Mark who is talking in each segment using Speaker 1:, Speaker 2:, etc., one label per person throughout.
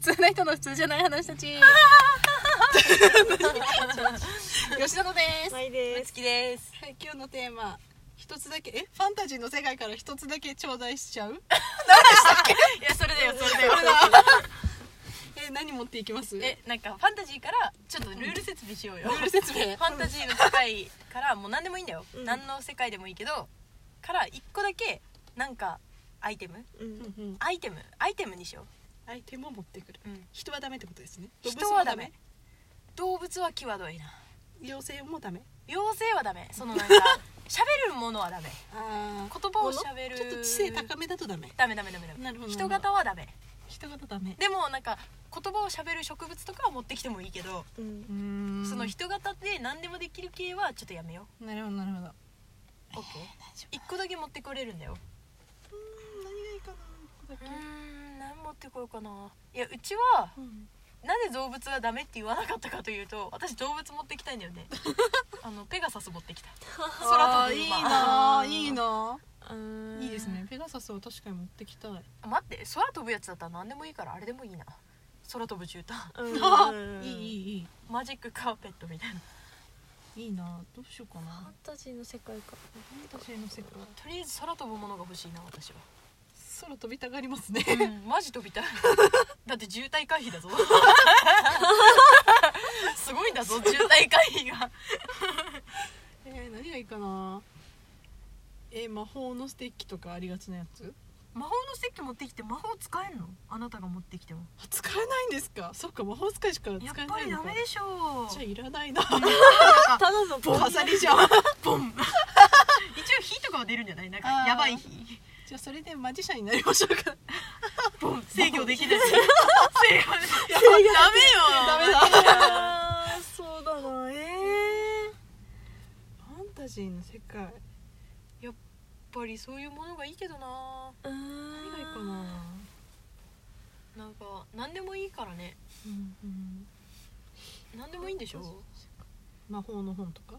Speaker 1: 通な人の普通じゃない話た ち吉田のです、
Speaker 2: いで
Speaker 3: 好。きです
Speaker 1: はい、今日のテーマ一つだけえファンタジーの世界から一つだけ頂戴しち ゃう
Speaker 3: いやそれだよそれだよ
Speaker 1: え何持っていきます
Speaker 3: えなんかファンタジーからちょっとルール説明しようよ
Speaker 1: ルール説明
Speaker 3: ファンタジーの世界からもう何でもいいんだよ、
Speaker 2: うん
Speaker 3: 何の世界でもいいけどから1個だけなんかアイテム
Speaker 2: うん。
Speaker 1: うんうん
Speaker 3: アイテムアイテムにしよ
Speaker 1: アイテムを持ってくる
Speaker 3: う、うん、
Speaker 1: 人はダメってことですね
Speaker 3: 人はダメ動物は際どいな
Speaker 1: 妖精もダメ
Speaker 3: 妖精はダメそのなんか喋るものはダメ
Speaker 1: あ
Speaker 3: 言葉を喋る
Speaker 1: ちょっと知性高めだとダメ
Speaker 3: ダメダメダメダメ
Speaker 1: なるほど
Speaker 3: 人型はダメ
Speaker 1: 人型ダメ
Speaker 3: でもなんか言葉を喋る植物とかは持ってきてもいいけど、
Speaker 2: うん。
Speaker 1: ん
Speaker 3: その人型で何でもできる系はちょっとやめよ
Speaker 1: なるほどなるほど
Speaker 3: う OK 一個だけ持ってこれるんだよ
Speaker 1: 何がいいかなここだ
Speaker 3: う
Speaker 1: け
Speaker 3: ーん何持ってこようかないやうちは
Speaker 2: うん
Speaker 3: なぜ動物はダメって言わなかったかというと私動物持ってきたいんだよねあのペガサス持ってきた空
Speaker 1: 空
Speaker 3: 飛
Speaker 1: 飛
Speaker 3: ぶ
Speaker 1: ぶ
Speaker 3: 馬
Speaker 1: 馬いいな
Speaker 2: うん
Speaker 1: いいです。ねペガサスを確かに持ってきたい
Speaker 3: あ待って空飛ぶやつだったら何でもいいからあれでもいいな空飛ぶ絨毯
Speaker 2: うん。
Speaker 1: いい
Speaker 2: い。
Speaker 1: いい
Speaker 3: マジックカーペットみたいない
Speaker 1: いいいなどうしようか
Speaker 2: ファ
Speaker 1: な
Speaker 2: ンタジーの世界か。
Speaker 1: 私の世界
Speaker 3: とりあえず空飛ぶものが欲しいな私は、
Speaker 1: 空飛びたがりますね
Speaker 3: うん、マジ飛びたいだって渋滞回避だぞすごいんだぞ渋滞回避が
Speaker 1: えー、何がいいかなえー、魔法のステッキとかありがちなやつ
Speaker 3: 魔法のステッキ持ってきて魔法使えんのあなたが持ってきても
Speaker 1: あ使えないんですかそっか魔法使いしか使
Speaker 3: やっ
Speaker 1: え
Speaker 3: ぱ
Speaker 1: ない
Speaker 3: り
Speaker 1: の
Speaker 3: ダ
Speaker 1: か
Speaker 3: メでしょ
Speaker 1: じゃあ
Speaker 3: う
Speaker 1: いら ないな
Speaker 2: 頼む。
Speaker 1: ボン飾りじゃんボン
Speaker 3: 一応火とかは出るんじゃないなんか
Speaker 1: あー
Speaker 3: やばい火
Speaker 1: じゃあそれでマジシャンになりましょうか
Speaker 3: 制御できない制 御できな
Speaker 1: ダ
Speaker 3: いダメ
Speaker 1: メ
Speaker 3: よ
Speaker 1: だ
Speaker 2: あーそうだな。ええ。
Speaker 1: ファンタジーの世界
Speaker 3: やっぱりそういうものがいいけどな
Speaker 2: うん
Speaker 1: 何がいいかな、
Speaker 3: なんか何でもいいからね
Speaker 1: うんうん、
Speaker 3: 何でもいいんでしょ
Speaker 1: 魔法の本とか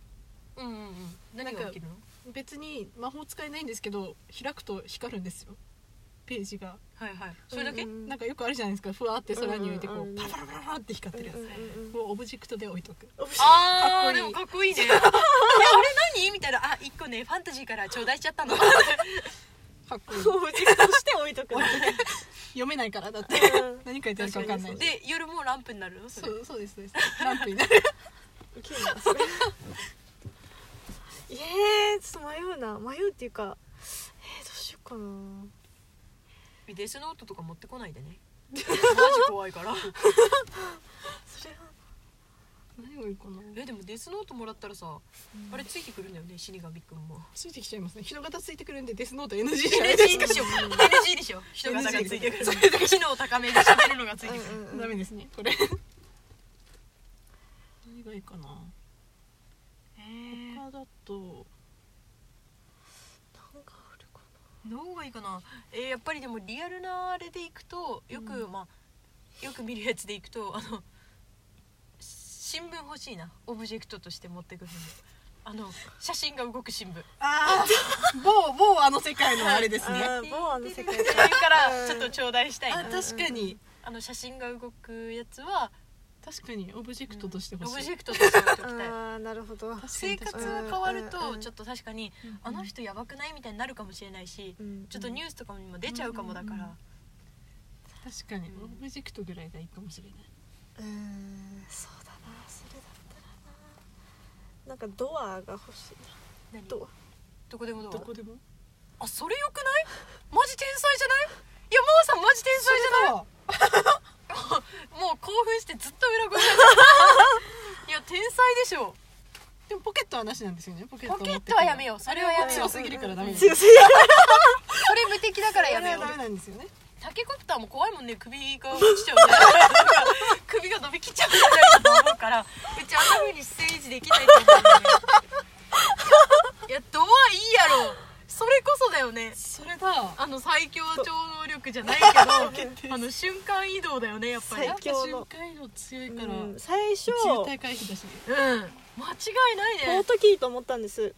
Speaker 3: うんうんうん何が起きるの
Speaker 1: 別に魔法使えないんですけど開くと光るんですよページが
Speaker 3: はいはいそれだけ、
Speaker 2: うんうん
Speaker 1: なんかよくあるじゃないですかふわって空に浮いてこう、
Speaker 2: うんうんうん
Speaker 1: パラパラパラパラって光ってるやつ、
Speaker 2: うんうんうん
Speaker 1: をオブジェクトで置いとくか
Speaker 3: あ
Speaker 1: っこい
Speaker 3: ー
Speaker 1: い
Speaker 3: でもかっこい いねえあれ何みたいなあ一個ねファンタジーから頂戴しちゃった の
Speaker 1: かっこいい
Speaker 2: オブジェクトとして置いとく。
Speaker 1: 読めないからだって
Speaker 2: うん
Speaker 1: 何書いてあるか分かんない
Speaker 3: で夜もうランプになるのそ
Speaker 1: そ
Speaker 3: れ
Speaker 1: うそうですそうですランプになる
Speaker 2: ウケるなそれえー、ちょっと迷うな迷うっていうかえー、どうしようかな
Speaker 3: デスノートとか持ってこないで ねマジ怖いから
Speaker 2: それは
Speaker 1: 何がいいかな
Speaker 3: えでもデスノートもらったらさあれついてくるんだよね死神くんも
Speaker 1: ついてきちゃいますね人型ついてくるんでデスノート NG じゃない
Speaker 3: NG でしょ NG でしょ人がついてくる機能高めで喋るのがついてくる
Speaker 2: うんうん
Speaker 1: ダメですねこれ何がいいかな他だと
Speaker 2: なんかあるか
Speaker 3: どうがいいかなえーやっぱりでもリアルなあれでいくとよく、
Speaker 1: う
Speaker 3: まあよく見るやつでいくとあの新聞欲しいなオブジェクトとして持ってくるんであの写真が動く新聞
Speaker 1: ああ某某あの世界のあれですね
Speaker 2: あー某あの世界
Speaker 3: それからちょっと頂戴したい
Speaker 1: あ
Speaker 3: な
Speaker 1: 確かに
Speaker 3: あの写真が動くやつは
Speaker 1: 確かにオブジェクトとしてほ
Speaker 3: オ
Speaker 1: し
Speaker 3: ブ
Speaker 1: い
Speaker 3: ジェクトとして置いときたい
Speaker 2: なあーなるほど
Speaker 3: 生活
Speaker 2: 確かに
Speaker 3: が変わる
Speaker 2: うんうん
Speaker 3: と
Speaker 2: うん
Speaker 3: ちょっと確かにあの人やばくないみたいになるかもしれないし
Speaker 2: うん
Speaker 3: ちょっとニュースとかにも出ちゃうかもだか
Speaker 1: うんうん
Speaker 3: ら
Speaker 1: 確かにオブジェクトぐらいがいいかもしれない
Speaker 2: うんそうだなそれだったらななんかドアが欲しいな
Speaker 3: 何
Speaker 2: ド
Speaker 3: どこでもど
Speaker 1: ど
Speaker 3: う
Speaker 1: こでも
Speaker 3: あそれよくないマジ天才じゃないいやマーさんマジ天才じゃない
Speaker 1: わ
Speaker 3: もう興奮してずっと裏声が いや天才でしょ
Speaker 1: でもポケットはなしなんですよねポケット
Speaker 3: ポケットはやめ
Speaker 1: よ
Speaker 3: ようそれはやめよ
Speaker 1: 強
Speaker 3: う
Speaker 1: す
Speaker 3: そ
Speaker 1: ぎるからダメ
Speaker 2: ア
Speaker 1: です
Speaker 2: 強すぎる
Speaker 3: れ無敵だからや
Speaker 1: あれ
Speaker 3: め
Speaker 1: は
Speaker 3: よう
Speaker 1: ダメなんですよね
Speaker 3: タケコプターも怖いもんね首が落ちちゃうから首が伸びきっちゃうんじゃないかと思うからうちあんな風にステージできないと思うねいやドアいいやろそれこそだよ ね
Speaker 1: それだ
Speaker 3: あの最強超能力じゃないけどあの瞬間移動だよねやっぱり
Speaker 2: 最強
Speaker 1: 瞬
Speaker 2: の
Speaker 1: 間移動強いから、
Speaker 2: うん最初
Speaker 1: 渋滞回避だし
Speaker 3: うん間違いない
Speaker 2: ポー
Speaker 3: ね
Speaker 2: トキーと思ったんです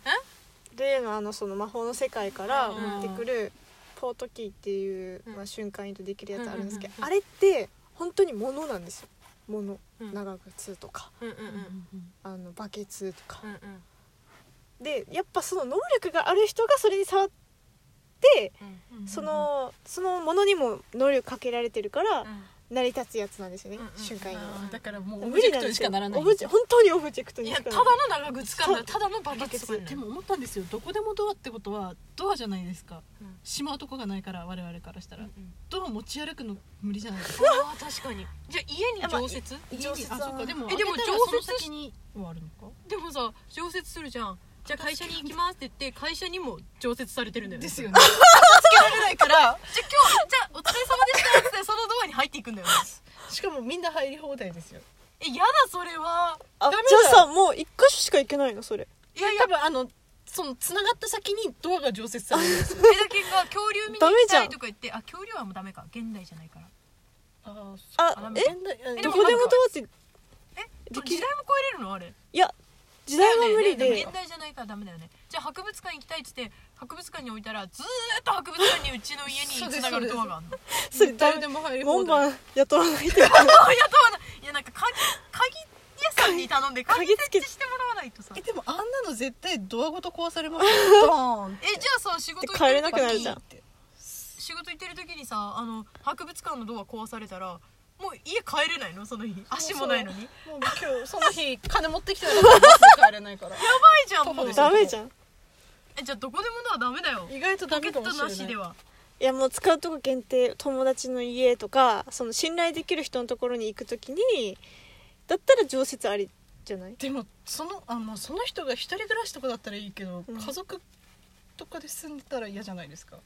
Speaker 2: 例のあのその魔法の世界から持ってくるポートキーっていう、
Speaker 3: うん
Speaker 2: まあ、瞬間移動できるやつあるんですけど、
Speaker 3: うんうん
Speaker 2: あれって本当に物なんですよ物
Speaker 3: うん
Speaker 2: 長靴とか
Speaker 3: うんうんうん
Speaker 2: あのバケツとか
Speaker 3: う、んうん
Speaker 2: でやっぱその能力がある人がそれに触って
Speaker 3: うん
Speaker 2: そのそのものにも能力かけられてるから成り立つやつなんですよね、
Speaker 3: うんうん
Speaker 2: 瞬間移動は
Speaker 1: あーだからもうオ
Speaker 2: 無
Speaker 1: ブジ
Speaker 2: 理
Speaker 1: ェクト
Speaker 2: んで
Speaker 1: に
Speaker 2: す
Speaker 1: し
Speaker 2: よ
Speaker 1: かならない
Speaker 2: オブジェ本当にオブジェクト
Speaker 3: い
Speaker 2: に
Speaker 3: や
Speaker 2: したか
Speaker 3: だ
Speaker 2: な
Speaker 3: の
Speaker 2: らない
Speaker 3: 長靴かんだただのバケツかんだ
Speaker 1: でも思ったんですよどこでもドアってことはドアじゃないですか
Speaker 3: うん
Speaker 1: しまうとこがないから我々からした
Speaker 3: うんう
Speaker 1: ら
Speaker 3: ん
Speaker 1: ドア持ち歩くの無理じゃないですか
Speaker 3: あー確かにじゃあ家に常設
Speaker 2: 常設
Speaker 1: あそっかでも
Speaker 3: えでも
Speaker 1: 開けたら
Speaker 3: 常
Speaker 1: その
Speaker 3: 設
Speaker 1: 先にはあるのか
Speaker 3: でもさ常設するじゃんじゃあ会社に行きますって言って会社にも常設されてるんだよね
Speaker 1: ですよ
Speaker 3: ね
Speaker 1: ね
Speaker 3: つけられないからじゃあ今日じゃあお疲れ様でしたってそのドアに入っていくんだよね
Speaker 1: しかもみんな入り放題ですよ
Speaker 3: えやだそれは
Speaker 2: あ
Speaker 1: ダメだ
Speaker 2: じゃあさもう一箇所しか行けないのそれ
Speaker 1: いや多分あのその繋がった先にドアが常設されるんですよ
Speaker 3: えだけが恐竜見に行きたいとか言ってあ恐竜はもうダメか現代じゃないから
Speaker 1: あ
Speaker 2: あえ
Speaker 1: え
Speaker 2: ど
Speaker 1: ど
Speaker 2: こ
Speaker 1: こ
Speaker 2: で
Speaker 1: で
Speaker 2: も
Speaker 1: も
Speaker 2: ドアって
Speaker 3: え
Speaker 2: でき
Speaker 3: 時代も超えれるのあれ
Speaker 2: いや時代は無理
Speaker 3: だよね
Speaker 2: で
Speaker 3: も現代じゃないからダメだよねじゃあ博物館行きたいっつって博物館に置いたらずーっと博物館にうちの家に繋がるドアがあるの
Speaker 2: それだ
Speaker 1: 誰でも入り放題
Speaker 2: 門番雇わない
Speaker 3: あ
Speaker 2: と
Speaker 3: いやどうないいやなんか鍵鍵屋さんに頼んで鍵
Speaker 2: 鍵
Speaker 3: 設
Speaker 2: つけ
Speaker 3: 置してもらわないとさ
Speaker 1: え
Speaker 3: えじ
Speaker 1: でもあんなの絶対ドアごと壊されます よドーンって
Speaker 3: ゃあさ仕事行っ
Speaker 2: 帰
Speaker 3: て
Speaker 2: れ
Speaker 3: る
Speaker 2: なく
Speaker 3: 時
Speaker 2: なる
Speaker 3: に
Speaker 2: じゃん
Speaker 3: 仕事行ってる時にさあの博物館のドア壊されたらもう家帰れないのその日足もないのにや
Speaker 1: もう今日その日金持ってきてなかった らバスで帰れないから
Speaker 3: ばいじゃんも
Speaker 1: 徒
Speaker 3: う
Speaker 1: 歩ですよ
Speaker 2: ダメじゃん
Speaker 3: えじゃあどこでもドアダメだよ
Speaker 1: 意外とダ
Speaker 3: ポケ
Speaker 1: メ
Speaker 3: ッ
Speaker 1: か
Speaker 3: ト
Speaker 1: もしれな
Speaker 3: ないしではい
Speaker 2: やもう使うとこ限定友達の家とかその信頼できる人のところに行くときにだったら常設ありじゃない
Speaker 1: でもそのあのその人が一人暮らしとかだったらいいけど、
Speaker 2: うん
Speaker 1: 家族とかで住んでたら嫌じゃないですか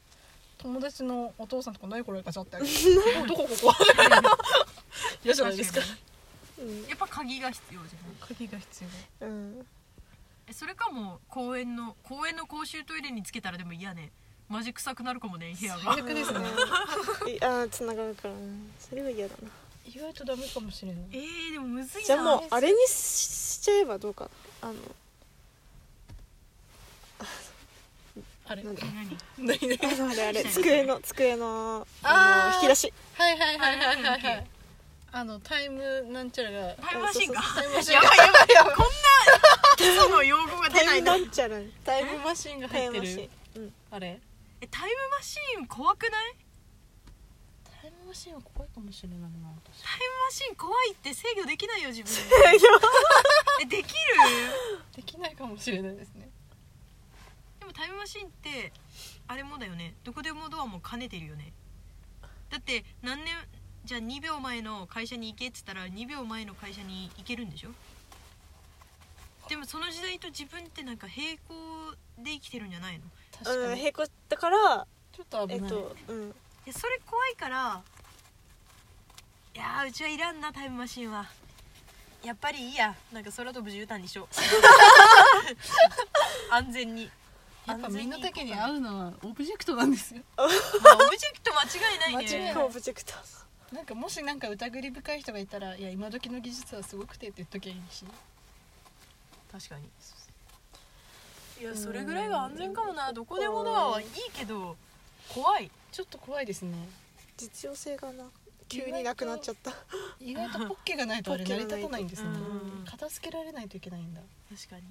Speaker 1: 友達のお父さんとか何これガチャって あげておどこ ここ嫌じゃないですか
Speaker 3: 確
Speaker 2: うん
Speaker 3: やっぱ鍵が必要じゃない
Speaker 1: 鍵が必要
Speaker 2: うん
Speaker 3: えそれかもう公園の公園の公衆トイレにつけたらでも嫌ねマジ臭くなるかもね部屋が
Speaker 1: 最悪ですね
Speaker 2: うん いあつながるからなそれは嫌だな
Speaker 1: 意外とダメかもしれない
Speaker 3: えー、でもむずいな
Speaker 2: じゃあもうあれにししちゃえばどうかなあの
Speaker 1: あれ
Speaker 2: なんだ
Speaker 3: え何
Speaker 1: 何何
Speaker 2: あのあれあれ机の机のあ
Speaker 1: あー
Speaker 2: の引き出し
Speaker 1: はいはいはいはいはいは
Speaker 3: はい
Speaker 1: いあのタイムなんちゃらが
Speaker 3: タイムマシンか
Speaker 1: タイムマシン
Speaker 3: やばいやばいやばいこんな基礎の用語が
Speaker 2: タ
Speaker 3: 出な
Speaker 2: イ
Speaker 3: い
Speaker 2: ム
Speaker 3: の
Speaker 2: なんちゃら
Speaker 1: タイムマシンが
Speaker 2: タ
Speaker 1: 入
Speaker 2: イ
Speaker 1: っ
Speaker 2: ム
Speaker 1: て
Speaker 2: マシ
Speaker 1: る
Speaker 2: ンうん
Speaker 1: あれ
Speaker 3: えタイムマシーン怖くない
Speaker 1: タイムマシンは怖いかもしれないな私
Speaker 3: タイムマシーン怖いって制御できないよ自分でえできる
Speaker 1: できないかもしれないですね
Speaker 3: でもタイムマシーンってあれもだよねどこでもドアも兼ねてるよねだって何年じゃあ2秒前の会社に行けっつったら2秒前の会社に行けるんでしょでもその時代と自分ってなんか並行で生きてるんじゃないのい
Speaker 1: 確
Speaker 2: う
Speaker 1: か
Speaker 2: ん
Speaker 1: に、
Speaker 2: 平行だから
Speaker 1: ちょっと
Speaker 2: え
Speaker 1: 危
Speaker 2: っ
Speaker 1: ない、
Speaker 2: とうん
Speaker 3: やそれ怖いからいやーうちはいらんなタイムマシーンはやっぱりいいやなんか空飛ぶ絨毯に しよう安全 に
Speaker 1: やっぱみんなだけに合
Speaker 3: う、
Speaker 1: うのはオブジェクトなんですよ
Speaker 3: まあオブジェクト間違いな
Speaker 1: 間
Speaker 3: いね
Speaker 1: 違いない
Speaker 2: オブジェクト
Speaker 1: なんかもしなんか疑り深い人がいたら「いや今時の技術はすごくて」って言っときゃいいし
Speaker 3: 確かにいや
Speaker 2: ん
Speaker 3: それぐらいが安全かもなどこでもドアはいいけど怖い
Speaker 1: ちょっと怖いですね
Speaker 2: 実用性がな急になくなっちゃった
Speaker 1: 意外と ポッケがないとあれ
Speaker 2: ポッ
Speaker 1: 成
Speaker 2: ケ
Speaker 1: り
Speaker 2: がない
Speaker 1: 立
Speaker 2: と
Speaker 1: たないんですね
Speaker 3: うん
Speaker 1: 片付けられないといけないんだ
Speaker 3: 確かに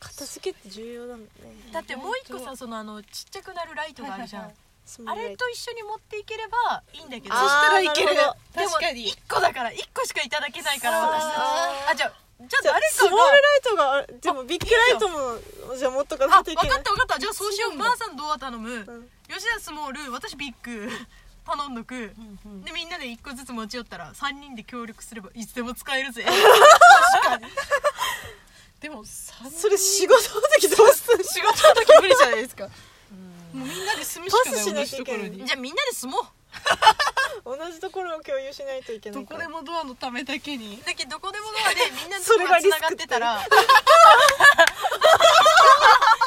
Speaker 2: 片付けって重要だもんね
Speaker 3: だってもう一個さそのあのちっちゃくなるライトがあるじゃん、
Speaker 1: はいはい
Speaker 2: スモール
Speaker 3: あ
Speaker 2: ラ
Speaker 3: れ
Speaker 2: イ
Speaker 3: と
Speaker 2: ト
Speaker 3: 一緒に持っていければいいんだけど
Speaker 2: あー
Speaker 1: そしたらいける
Speaker 2: なるほ
Speaker 3: でも
Speaker 1: 確かに
Speaker 3: 1個だから1個しかいただけないから私たち
Speaker 2: あー
Speaker 3: あじゃあじ
Speaker 2: じ
Speaker 3: ゃ
Speaker 2: ゃ
Speaker 3: あ
Speaker 2: あ
Speaker 3: 誰
Speaker 2: スモー
Speaker 3: か
Speaker 2: ル
Speaker 3: が
Speaker 2: ライトがあるでもビッグライトもじゃあ持っとかな
Speaker 3: あ
Speaker 2: い
Speaker 3: 分
Speaker 2: とい
Speaker 3: か
Speaker 2: け
Speaker 3: っ
Speaker 2: な
Speaker 3: た
Speaker 2: い
Speaker 3: 分かったじゃあそうしよ
Speaker 1: 違う
Speaker 3: うん
Speaker 1: だ
Speaker 3: ばあさんドア頼む、
Speaker 2: うん
Speaker 3: 吉田スモール私ビッグ頼んどくでみんなで1個ずつ持ち寄ったら3人で協力すればいつでも使えるぜ
Speaker 1: でも3
Speaker 2: それ仕事の時どうする
Speaker 3: 仕事の時無理じゃないですか
Speaker 1: もうみんなで住むしか
Speaker 2: パスし
Speaker 1: な
Speaker 2: ない
Speaker 1: 同
Speaker 2: き
Speaker 1: じ
Speaker 2: ゃ
Speaker 1: と
Speaker 2: いけ
Speaker 1: こ
Speaker 2: ない
Speaker 1: ろに
Speaker 3: じゃあみんなで住もう
Speaker 2: 同じところを共有しないといけな
Speaker 1: ど
Speaker 2: いか
Speaker 1: こ
Speaker 2: ら
Speaker 1: でもドアのためだけに
Speaker 3: だけどどこでもドアでみんなのところがつながってたら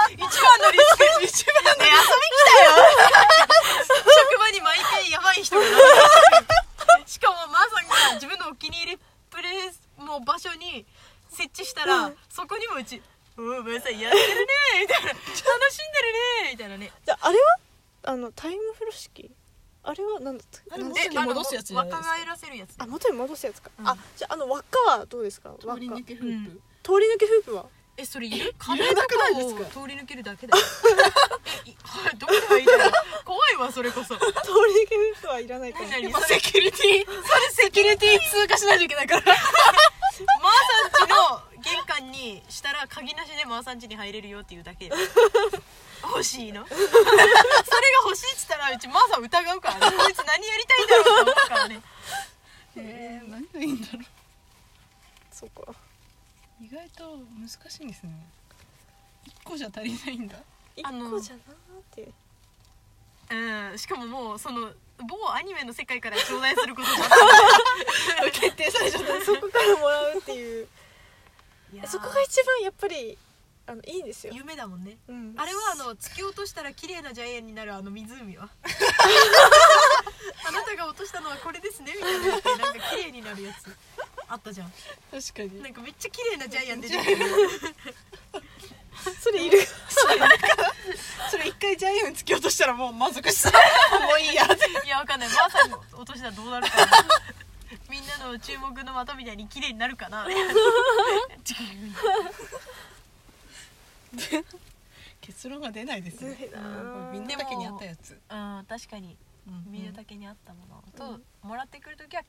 Speaker 3: 一番のリスク一番ね遊び来たよ職場に毎回やばい人が並んでるしかもマーさんが自分のお気に入りプレイスもう場所に設置したら、そこにもうち「うんマーさんやってるね」みたいな「楽しんでるね」みたいなね
Speaker 2: じゃああれはあのタイム風呂敷あれは何だった
Speaker 1: あれ
Speaker 2: なん
Speaker 1: も
Speaker 2: だっ
Speaker 1: し
Speaker 2: け
Speaker 1: 戻すやつじゃないで
Speaker 3: 若
Speaker 1: すか
Speaker 3: 返らせるやつ
Speaker 2: あ元に戻すやつか、
Speaker 3: うん
Speaker 2: あじゃああの輪っかはどうですか輪っか
Speaker 1: 通り抜けフープ、
Speaker 3: う
Speaker 2: 通り抜けフー プは
Speaker 3: えそれい
Speaker 1: え
Speaker 3: る金
Speaker 1: いらなくない
Speaker 3: と
Speaker 1: です
Speaker 3: かを通り抜けるだけだよえいはいどこがいいんだろう怖いわそれこそ
Speaker 2: 通り抜けフープはいらないかも
Speaker 3: 何々
Speaker 1: 今
Speaker 3: そ
Speaker 1: セ
Speaker 3: れ
Speaker 1: キュリティそれセキュリティ通過しないといけないから
Speaker 3: マーさん家の玄関にしたら鍵なしでマーさん家に入れるよっていうだけよ欲しいのそれが欲しいっつったらうちマーさん疑うからねこいつ何やりたいんだろうと思うからね
Speaker 1: えー、何がいいんだろ
Speaker 2: そうか
Speaker 1: う意外と難しいんですね一個じゃ足りないんだ
Speaker 2: 一
Speaker 3: あの
Speaker 2: 個じゃなーって
Speaker 3: うんしかももうその某アニメの世界から頂戴することじゃ
Speaker 1: 決定されちゃった
Speaker 2: そこからもらうっていう
Speaker 3: ない
Speaker 2: そこが一番やっぱりあのいいんですよ、
Speaker 3: 夢だもんね
Speaker 2: うん、
Speaker 3: あれはあの突き落としたら綺麗なジャイアンになるあの湖 はあなたが落としたのはこれですねみたいなやつでなんか綺麗になるやつあったじゃん
Speaker 1: 確かに
Speaker 3: なんかめっちゃ綺麗なジャイアン出て くる
Speaker 2: それいる
Speaker 1: それ一回ジャイアン突き落としたらもう満足 したもういいやって
Speaker 3: いやわかんないばあさん落としたらどうなるかなみんなの注目の的みたいに綺麗になるかな
Speaker 1: 結論が出ないですね
Speaker 2: ずるいな
Speaker 1: みんなだけにあったやつ
Speaker 3: うん確かに
Speaker 1: うん
Speaker 3: 見るだけにあったもの
Speaker 2: う
Speaker 3: と
Speaker 2: ん、
Speaker 3: もらってくるときは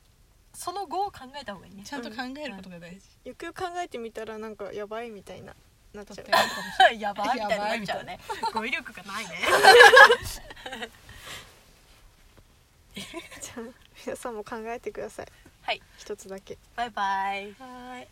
Speaker 3: その後を考えた方がいいね
Speaker 1: ちゃんと考えることが大事
Speaker 2: よくよく考えてみたらなんかやばいみたいななっ
Speaker 1: とっ
Speaker 2: ち
Speaker 1: て
Speaker 2: ゃ
Speaker 1: も
Speaker 2: う
Speaker 1: いいかもしれない
Speaker 3: やばいみたいになっちゃうね 語彙力がないね
Speaker 2: じゃあ皆さんも考えてください
Speaker 3: はい
Speaker 2: 一つだけ
Speaker 3: バイバイ
Speaker 2: はい